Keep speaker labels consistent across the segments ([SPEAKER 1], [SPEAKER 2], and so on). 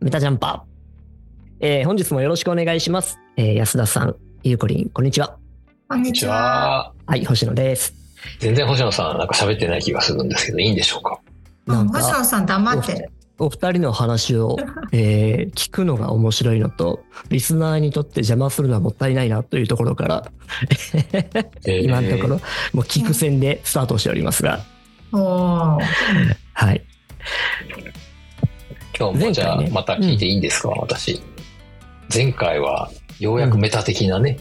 [SPEAKER 1] メタジャンパー。えー本日もよろしくお願いします。えー安田さん、ゆうこりん、こんにちは。
[SPEAKER 2] こん
[SPEAKER 3] こん
[SPEAKER 2] に
[SPEAKER 3] に
[SPEAKER 2] ち
[SPEAKER 3] ち
[SPEAKER 2] は。
[SPEAKER 3] は。
[SPEAKER 1] はい、星野です。
[SPEAKER 3] 全然星野さん、なんか喋ってない気がするんですけど、いいんでしょうか
[SPEAKER 2] う
[SPEAKER 1] なん
[SPEAKER 2] ん、
[SPEAKER 1] か
[SPEAKER 2] 星野さん黙ってる。
[SPEAKER 1] お二人の話を、えー聞くのが面白いのと、リスナーにとって邪魔するのはもったいないなというところから、今のところ、もう聞く線でスタートしておりますが、
[SPEAKER 2] おお。
[SPEAKER 1] はい。
[SPEAKER 3] ろ。今日もじゃ
[SPEAKER 1] 前
[SPEAKER 3] あ
[SPEAKER 1] 回ね、
[SPEAKER 3] また聞いていいんですか、私。前回は、ようやくメタ的なね、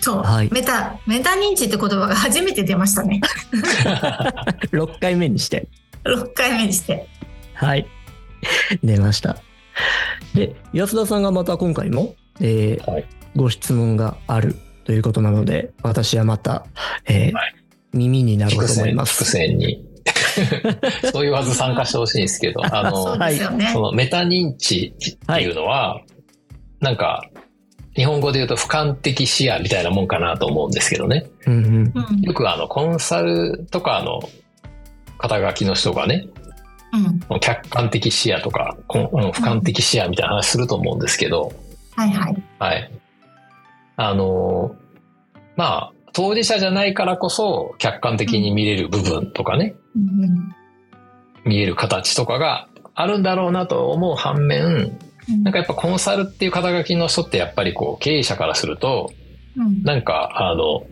[SPEAKER 2] そう、
[SPEAKER 1] はい
[SPEAKER 2] メタ、メタ認知って言葉が初めて出ましたね。
[SPEAKER 1] 6回目にして、
[SPEAKER 2] 6回目にして。
[SPEAKER 1] はい。 出ました。で、安田さんがまた今回も、えー
[SPEAKER 3] はい
[SPEAKER 1] ご質問があるということなので、私はまた、えー
[SPEAKER 3] はい
[SPEAKER 1] 耳になろ
[SPEAKER 3] 聞
[SPEAKER 1] う
[SPEAKER 3] く
[SPEAKER 1] と思い
[SPEAKER 3] 線、
[SPEAKER 1] ま
[SPEAKER 3] 聞く
[SPEAKER 1] す。
[SPEAKER 3] 線に。 そう言わず参加してほしいんで すけど、あの、
[SPEAKER 2] そうですよね
[SPEAKER 3] そ。のメタ認知っていうのは、なんか、日本語で言うと俯瞰的視野みたいなもんかなと思うんですけどね。
[SPEAKER 1] うんうん
[SPEAKER 2] うん。
[SPEAKER 3] よくあの、コンサルとかの肩書きの人がね、
[SPEAKER 2] うん。
[SPEAKER 3] 客観的視野とか、こんうん俯瞰的視野みたいな話すると思うんですけど、
[SPEAKER 2] はいはい。
[SPEAKER 3] はい。あのーまあ、当事者じゃないからこそ、客観的に見れる部分とかね、
[SPEAKER 2] うんうん
[SPEAKER 3] 見える形とかがあるんだろうなと思う反面、
[SPEAKER 2] うん。
[SPEAKER 3] なんかやっぱコンサルっていう肩書きの人ってやっぱりこう、経営者からすると、
[SPEAKER 2] うん、
[SPEAKER 3] なんか、あの、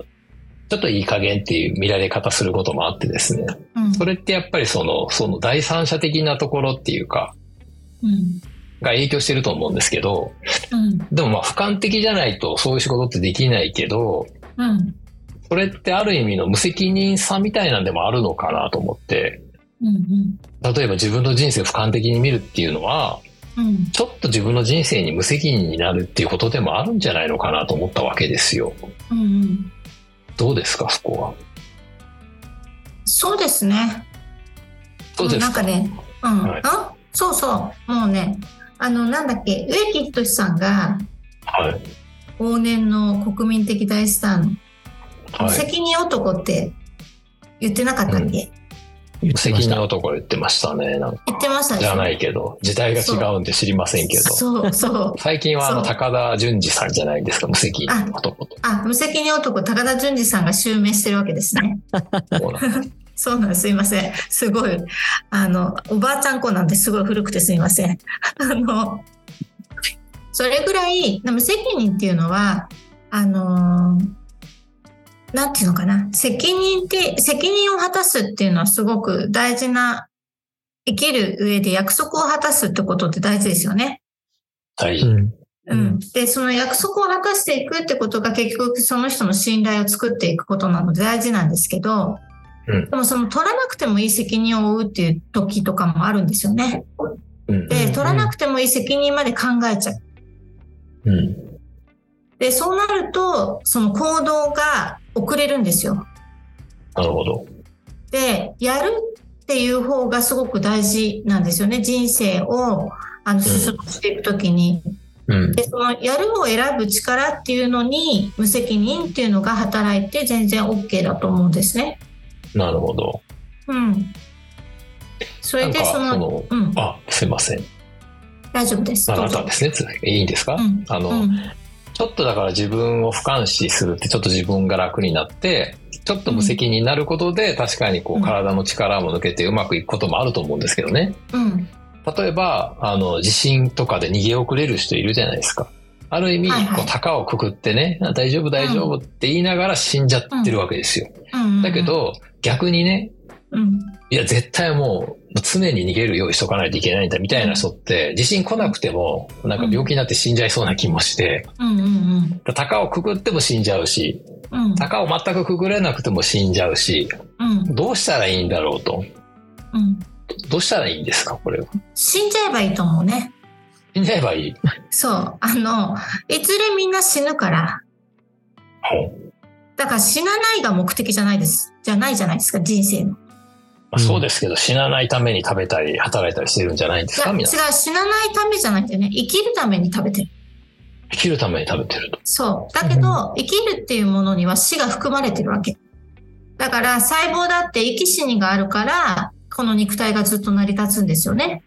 [SPEAKER 3] ちょっといい加減っていう見られ方することもあってですね。
[SPEAKER 2] うん、
[SPEAKER 3] それってやっぱりその、その第三者的なところっていうか、
[SPEAKER 2] うん。
[SPEAKER 3] が影響してると思うんですけど、
[SPEAKER 2] うん。
[SPEAKER 3] でもまあ俯瞰的じゃないとそういう仕事ってできないけど、
[SPEAKER 2] うん。
[SPEAKER 3] それってある意味の無責任さみたいなんでもあるのかなと思って、
[SPEAKER 2] うん。
[SPEAKER 3] 例えば自分の人生を俯瞰的に見るっていうのは、
[SPEAKER 2] うん。
[SPEAKER 3] ちょっと自分の人生に無責任になるっていうことでもあるんじゃないのかなと思ったわけですよ。
[SPEAKER 2] うん。
[SPEAKER 3] どうですか、そこは。
[SPEAKER 2] そうですね。
[SPEAKER 3] どうです
[SPEAKER 2] なん
[SPEAKER 3] か
[SPEAKER 2] かね、うん、
[SPEAKER 3] はい
[SPEAKER 2] あそうそう、もうね、あの、なんだっけ、植木仁さんが
[SPEAKER 3] はい。
[SPEAKER 2] 往年の国民的大スターの
[SPEAKER 3] はい。
[SPEAKER 2] 責任男って言ってなかったっけ、
[SPEAKER 3] うん
[SPEAKER 1] 言
[SPEAKER 3] 無
[SPEAKER 1] ってま
[SPEAKER 3] 責
[SPEAKER 1] し
[SPEAKER 3] 任
[SPEAKER 1] た。
[SPEAKER 3] 男言ってましたね。なんか
[SPEAKER 2] 言ってましたでし
[SPEAKER 3] じ
[SPEAKER 2] ょ
[SPEAKER 3] ゃないけど、時代が違うんで知りませんけど。
[SPEAKER 2] そうそう。
[SPEAKER 3] 最近はあの、
[SPEAKER 2] そう
[SPEAKER 3] 高田純次さんじゃないですか、無責任男と。
[SPEAKER 2] あ、無責任男、高田純次さんが襲名してるわけですね。
[SPEAKER 3] そうなんです
[SPEAKER 2] そうなんです。すいません。すごい。あの、おばあちゃん子なんてすごい古くてすいません。あの、それぐらい、無責任っていうのは、あのーなんていうのかな。責任って、責任を果たすっていうのはすごく大事な、生きる上で約束を果たすってことって大事ですよね。
[SPEAKER 3] 大
[SPEAKER 1] う
[SPEAKER 3] 事。
[SPEAKER 1] ん
[SPEAKER 2] うん、でその約束を果たしていくってことが結局その人の信頼を作っていくことなので大事なんですけど、
[SPEAKER 3] うん
[SPEAKER 2] でもその取らなくてもいい責任を負うっていう時とかもあるんですよね。
[SPEAKER 3] うん。
[SPEAKER 2] で
[SPEAKER 1] うん
[SPEAKER 2] 取らなくてもいい責任まで考えちゃう。
[SPEAKER 3] うん。
[SPEAKER 2] でそうなるとその行動が遅れるんですよ。
[SPEAKER 3] なるほど。
[SPEAKER 2] でやるっていう方がすごく大事なんですよね人生をあの進めていく時に。
[SPEAKER 3] うん。
[SPEAKER 2] でそのやるを選ぶ力っていうのに無責任っていうのが働いて全然 OK だと思うんですね。
[SPEAKER 3] なるほど。
[SPEAKER 2] うん、それで
[SPEAKER 3] なんか
[SPEAKER 2] その
[SPEAKER 3] その
[SPEAKER 2] うん、
[SPEAKER 3] あ、すいません。
[SPEAKER 2] 大丈夫です。
[SPEAKER 3] あ
[SPEAKER 2] ど
[SPEAKER 3] な
[SPEAKER 2] う
[SPEAKER 3] た
[SPEAKER 2] ぞ
[SPEAKER 3] ですね。ついいんですか、
[SPEAKER 2] うん
[SPEAKER 3] あの、
[SPEAKER 2] うん
[SPEAKER 3] ちょっとだから自分を俯瞰視するって、ちょっと自分が楽になって、ちょっと無責任になることで、確かにこ
[SPEAKER 2] う
[SPEAKER 3] うん体の力も抜けてうまくいくこともあると思うんですけどね。
[SPEAKER 2] うん
[SPEAKER 3] 例えば、あの、地震とかで逃げ遅れる人いるじゃないですか。ある意味、
[SPEAKER 2] はいはい
[SPEAKER 3] こう、高をくくってね、あ大丈夫大丈夫って言いながら死んじゃってるわけですよ。
[SPEAKER 2] うん、
[SPEAKER 3] だけ、ど、逆にね、
[SPEAKER 2] うん、
[SPEAKER 3] いや、絶対もう、常に逃げる用意しとかないといけないんだ、みたいな人って、地震来なくても、なんか病気になって死んじゃいそうな気もして、
[SPEAKER 2] うんうん
[SPEAKER 3] 鷹をくぐっても死んじゃうし、
[SPEAKER 2] うんうん
[SPEAKER 3] 鷹を全くくぐれなくても死んじゃうし、
[SPEAKER 2] うん
[SPEAKER 3] どうしたらいいんだろうと。
[SPEAKER 2] うん
[SPEAKER 3] どうしたらいいんですか、これは。
[SPEAKER 2] 死んじゃえばいいと思うね。
[SPEAKER 3] 死んじゃえばいい。
[SPEAKER 2] そうあのいずれみんな死ぬから
[SPEAKER 3] ほう
[SPEAKER 2] だから死なないが目的じゃないですじゃないじゃないですか人生の。
[SPEAKER 3] まあ、そうですけど、死なないために食べたり、働いたりしてるんじゃないんですか、
[SPEAKER 2] いや違
[SPEAKER 3] 皆さん。
[SPEAKER 2] う死なないためじゃなくてね生きるために食べてる
[SPEAKER 3] 生きるために食べてると。
[SPEAKER 2] そうだけど、生きるっていうものには死が含まれてるわけだから細胞だって生き死にがあるからこの肉体がずっと成り立つんですよね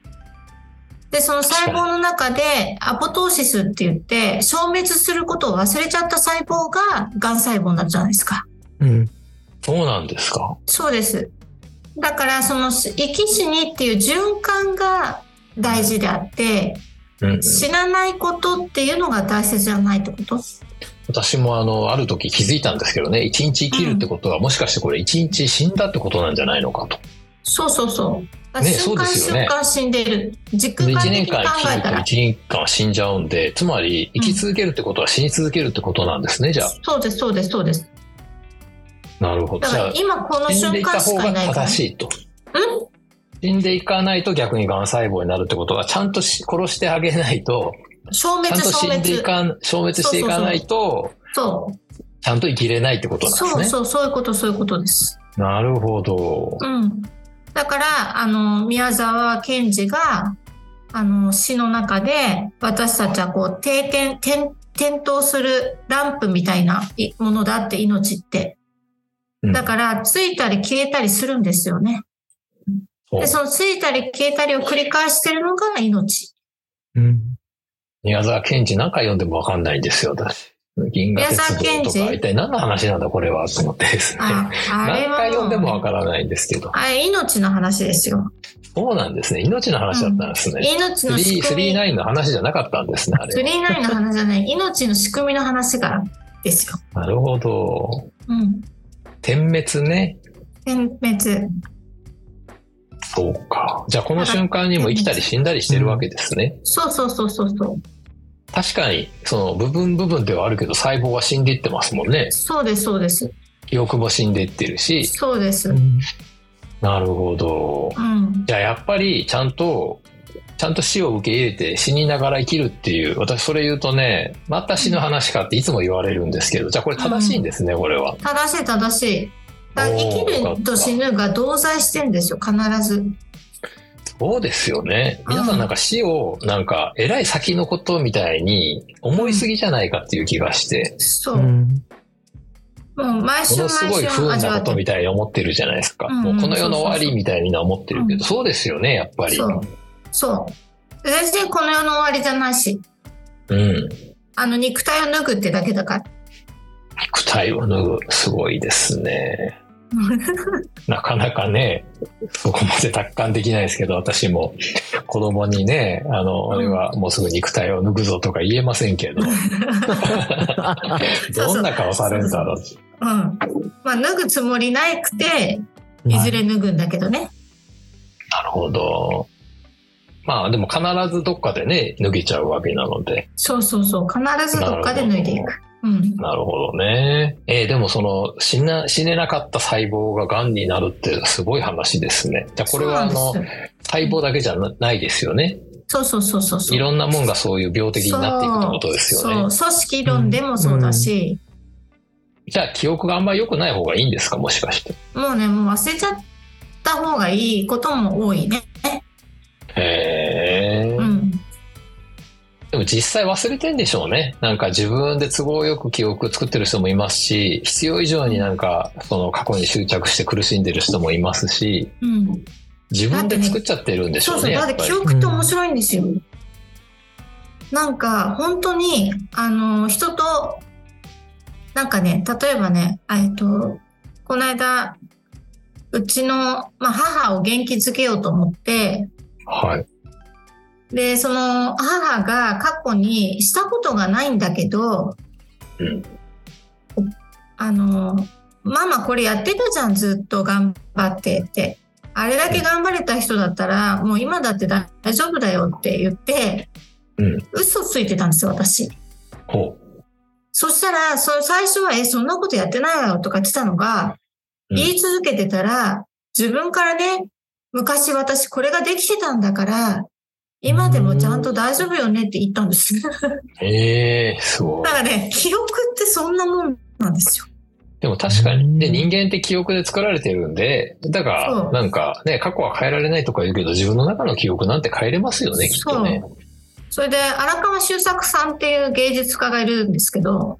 [SPEAKER 2] で、その細胞の中でアポトーシスって言って、消滅することを忘れちゃった細胞が癌細胞になるじゃないですか。
[SPEAKER 1] うん。
[SPEAKER 3] そうなんですか。
[SPEAKER 2] そうです。だから、その生き死にっていう循環が大事であって、
[SPEAKER 3] うん、
[SPEAKER 2] 死なないことっていうのが大切じゃないってこと
[SPEAKER 3] 私もあの、ある時気づいたんですけどね、一日生きるってことは、もしかしてこれ一日死んだってことなんじゃないのかと。
[SPEAKER 2] そうそうそう。だから
[SPEAKER 3] ね
[SPEAKER 2] 瞬間、
[SPEAKER 3] そうですよね
[SPEAKER 2] 瞬間死んでる。時
[SPEAKER 3] で
[SPEAKER 2] 空間
[SPEAKER 3] 1
[SPEAKER 2] 的
[SPEAKER 3] 年
[SPEAKER 2] に考
[SPEAKER 3] 間生き
[SPEAKER 2] え
[SPEAKER 3] ると
[SPEAKER 2] た
[SPEAKER 3] 1
[SPEAKER 2] ら。
[SPEAKER 3] 年間は死んじゃうんで、つまり生き続けるってことは死に続けるってことなんですね、じゃあ。
[SPEAKER 2] そうです、そうです、そうです。
[SPEAKER 3] なるほど。
[SPEAKER 2] だ
[SPEAKER 3] じ
[SPEAKER 2] か
[SPEAKER 3] ゃ
[SPEAKER 2] ら
[SPEAKER 3] あ、
[SPEAKER 2] 今この
[SPEAKER 3] 死ん
[SPEAKER 2] 瞬
[SPEAKER 3] でいった
[SPEAKER 2] 間
[SPEAKER 3] 方
[SPEAKER 2] しか
[SPEAKER 3] が
[SPEAKER 2] いないから。
[SPEAKER 3] 正しいと。死んでいかないと逆に癌細胞になるってことは、ちゃんとし殺してあげないと、
[SPEAKER 2] 消
[SPEAKER 3] ちゃ
[SPEAKER 2] 滅、
[SPEAKER 3] んと死
[SPEAKER 2] 消
[SPEAKER 3] んでい
[SPEAKER 2] 滅。
[SPEAKER 3] かん、消滅していかないと、
[SPEAKER 2] そ
[SPEAKER 3] ちゃんと生きれないってこと
[SPEAKER 2] う。
[SPEAKER 3] なん
[SPEAKER 2] そう
[SPEAKER 3] ですね。
[SPEAKER 2] そう、そういうこと、そういうことです。
[SPEAKER 3] なるほど。
[SPEAKER 2] うん。だから、あの、宮沢賢治が、あの、詩の中で、私たちはこう、定点、点、点灯するランプみたいないものだって、命って。
[SPEAKER 3] うん
[SPEAKER 2] だから、ついたり消えたりするんですよね。
[SPEAKER 3] そう
[SPEAKER 2] で、そのついたり消えたりを繰り返してるのが命。
[SPEAKER 1] うん。
[SPEAKER 3] 宮沢賢治なんか読んでもわかんないんですよ、私。銀河鉄道と
[SPEAKER 2] 宮沢賢
[SPEAKER 3] か、
[SPEAKER 2] 治
[SPEAKER 3] 一体何の話なんだこれはと思ってですね。
[SPEAKER 2] あ、あれ
[SPEAKER 3] 何
[SPEAKER 2] は
[SPEAKER 3] 回
[SPEAKER 2] も
[SPEAKER 3] 読んでもわ
[SPEAKER 2] う、
[SPEAKER 3] からないんですけど。
[SPEAKER 2] あれ命の話ですよ。
[SPEAKER 3] そうなんですね。命の話だったんですね。
[SPEAKER 2] 命の仕組み。
[SPEAKER 3] 339の話じゃなかったんですね、あ
[SPEAKER 2] ス
[SPEAKER 3] れ。
[SPEAKER 2] リーナインの話じゃない、命の仕組みの話がですよ。
[SPEAKER 3] なるほど。
[SPEAKER 2] うん。
[SPEAKER 3] 点滅ね。
[SPEAKER 2] 点滅。
[SPEAKER 3] そうか。じゃあこの瞬間にも生きたり死んだりしてるわけですね。
[SPEAKER 2] そうそうそうそうそう。
[SPEAKER 3] 確かに、その部分部分ではあるけど、細胞は死んでいってますもんね。
[SPEAKER 2] そうです、そうです。
[SPEAKER 3] 記憶も死んでいってるし。
[SPEAKER 2] そうです。
[SPEAKER 1] う
[SPEAKER 2] うん。
[SPEAKER 1] ん
[SPEAKER 3] なるほど。じゃあやっぱりちゃんと、ちゃんと死を受け入れて死にながら生きるっていう、私それ言うとね、また死の話かっていつも言われるんですけど、じゃあこれ正しいんですね、これは。
[SPEAKER 2] 正しい、正しい。だから生
[SPEAKER 3] おーよか
[SPEAKER 2] きる
[SPEAKER 3] った
[SPEAKER 2] と死ぬが同在してんですよ、必ず。
[SPEAKER 3] そうですよね。皆さんなんか死をなんか偉い先のことみたいに思いすぎじゃないかっていう気がして、
[SPEAKER 2] そうう。も
[SPEAKER 1] ん。
[SPEAKER 2] う毎
[SPEAKER 3] も
[SPEAKER 2] 週
[SPEAKER 3] の
[SPEAKER 2] 毎
[SPEAKER 3] すごい不
[SPEAKER 2] 週
[SPEAKER 3] 運
[SPEAKER 2] 味わ
[SPEAKER 3] なこ
[SPEAKER 2] って
[SPEAKER 3] と
[SPEAKER 2] る。
[SPEAKER 3] みたいに思ってるじゃないですか。
[SPEAKER 2] うん
[SPEAKER 3] もうこの世の終わ
[SPEAKER 2] そうそうそ
[SPEAKER 3] り
[SPEAKER 2] う
[SPEAKER 3] みたいには思ってるけ
[SPEAKER 2] うん
[SPEAKER 3] ど、そうですよね、やっぱり。
[SPEAKER 2] そうそう。全然この世の終わりじゃないし、
[SPEAKER 3] うん。
[SPEAKER 2] あの肉体を脱ぐってだけだから。
[SPEAKER 3] 肉体を脱ぐ、すごいですね。 なかなかね、そこまで達観できないですけど、私も子供にね、あの、
[SPEAKER 2] ん
[SPEAKER 3] 俺はもうすぐ肉体を抜くぞとか言えませんけど、
[SPEAKER 2] そう
[SPEAKER 3] どんな顔されるんだろう。
[SPEAKER 2] うん。まあ脱ぐつもりないくて、いずれ脱ぐんだけどね。
[SPEAKER 3] なるほど。まあでも必ずどっかでね、脱げちゃうわけなので。
[SPEAKER 2] そうそうそう。必ずどっかで脱いでい
[SPEAKER 3] な
[SPEAKER 2] く。うん。
[SPEAKER 3] なるほどね。えーでもその死な、死ねなかった細胞が癌になるってすごい話ですね。じゃあこれはあ
[SPEAKER 2] そ
[SPEAKER 3] の
[SPEAKER 2] う、なんですよ
[SPEAKER 3] 細胞だけじゃなないですよね。
[SPEAKER 2] そうそうそうそうそう。
[SPEAKER 3] いろんなもんがそういう病的になっていくってことですよね。
[SPEAKER 2] そう。そう組織論でもそうだし、
[SPEAKER 3] じゃあ記憶があんま良くない方がいいんですかもしかして。
[SPEAKER 2] もうね、もう忘れちゃった方がいいことも多いね。
[SPEAKER 3] へえ、
[SPEAKER 2] うん。
[SPEAKER 3] でも実際忘れてんでしょうね。なんか自分で都合よく記憶作ってる人もいますし、必要以上になんかその過去に執着して苦しんでる人もいますし、
[SPEAKER 2] うん。
[SPEAKER 3] 自分で作っちゃってるんでしょ
[SPEAKER 2] そう
[SPEAKER 3] う
[SPEAKER 2] そう。
[SPEAKER 3] ね。
[SPEAKER 2] だ
[SPEAKER 3] や
[SPEAKER 2] っ
[SPEAKER 3] ってぱり
[SPEAKER 2] 記憶って面白いんですよ。なんか、本当に、あの、人と、なんかね、例えばね、あえっと、この間、うちの、まあ、母を元気づけようと思って、
[SPEAKER 3] はい。
[SPEAKER 2] で、その母が過去にしたことがないんだけど、
[SPEAKER 3] うん
[SPEAKER 2] あの、ママこれやってたじゃん、ずっと頑張ってって。あれだけ頑張れた人だったら、もう今だって大丈夫だよって言って、
[SPEAKER 3] うん
[SPEAKER 2] 嘘ついてたんですよ、私。
[SPEAKER 3] ほう。
[SPEAKER 2] そしたら、その最初は、え、そんなことやってないわよとか言ってたのが、
[SPEAKER 3] うん
[SPEAKER 2] 言い続けてたら、自分からね、昔私これができてたんだから、今でもちゃんと大丈夫よねって言ったんです。 だか
[SPEAKER 3] ええすごい。
[SPEAKER 2] らね、記憶ってそんなもんなんですよ。
[SPEAKER 3] でも確か
[SPEAKER 1] うん
[SPEAKER 3] に。で、人間って記憶で作られてるんで、だか
[SPEAKER 2] そ
[SPEAKER 3] ら、
[SPEAKER 2] う
[SPEAKER 3] なんかね、過去は変えられないとか言うけど、自分の中の記憶なんて変えれますよね、きっとね。
[SPEAKER 2] それで、荒川修作さんっていう芸術家がいるんですけど、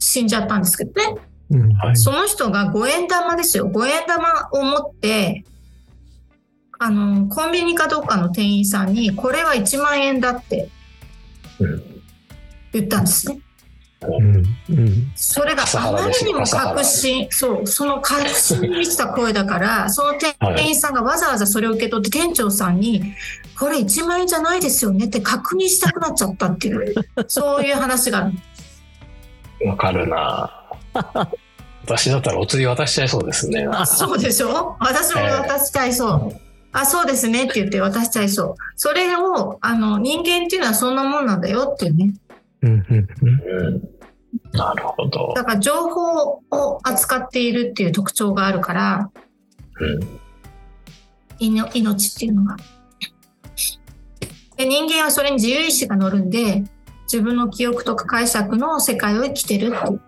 [SPEAKER 2] 死んじゃったんですけどね。
[SPEAKER 1] うん。
[SPEAKER 3] はい
[SPEAKER 2] その人が五円玉ですよ。五円玉を持って、あのコンビニかどっかの店員さんにこれは1万円だって
[SPEAKER 3] うん
[SPEAKER 2] 言ったんですね。
[SPEAKER 1] うんうん
[SPEAKER 2] それがあまりにも確信、そう、その確信に満ちた声だから、その店員さんがわざわざそれを受け取って店長さんに、これ1万円じゃないですよねって確認したくなっちゃったっていう、そういう話がある。
[SPEAKER 3] わかる な私だったらお釣り渡しちゃいそうですね。
[SPEAKER 2] そうでしょ私も渡しちゃいそう。あ、そうですねって言って渡しちゃいそう。それを、あの、人間っていうのはそんなもんなんだよっていうね。
[SPEAKER 1] うんうんうん
[SPEAKER 3] うん。なるほど。
[SPEAKER 2] だから情報を扱っているっていう特徴があるから、
[SPEAKER 3] うん。
[SPEAKER 2] いの命っていうのが。で人間はそれに自由意志が乗るんで自分の記憶とか解釈の世界を生きてるっていう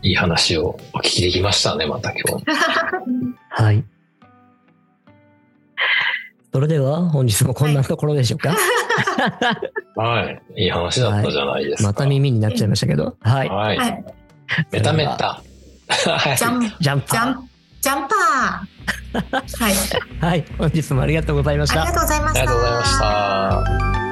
[SPEAKER 3] いい話をお聞きできましたね、また今日。
[SPEAKER 1] はい。それでは本日もこんなところでしょうか。
[SPEAKER 3] はい。いい話だったじゃないですか。
[SPEAKER 1] また耳になっちゃいましたけど。はい。
[SPEAKER 3] はい。
[SPEAKER 2] はい
[SPEAKER 3] メタメタ。はい
[SPEAKER 2] ジャン
[SPEAKER 1] ジャン
[SPEAKER 2] ジャ
[SPEAKER 1] パ
[SPEAKER 2] ンジ ャンパーはい
[SPEAKER 1] ー。はい。本日もありがとうございまし
[SPEAKER 2] あり
[SPEAKER 1] た
[SPEAKER 2] が。とうございま
[SPEAKER 3] ありがとうございました。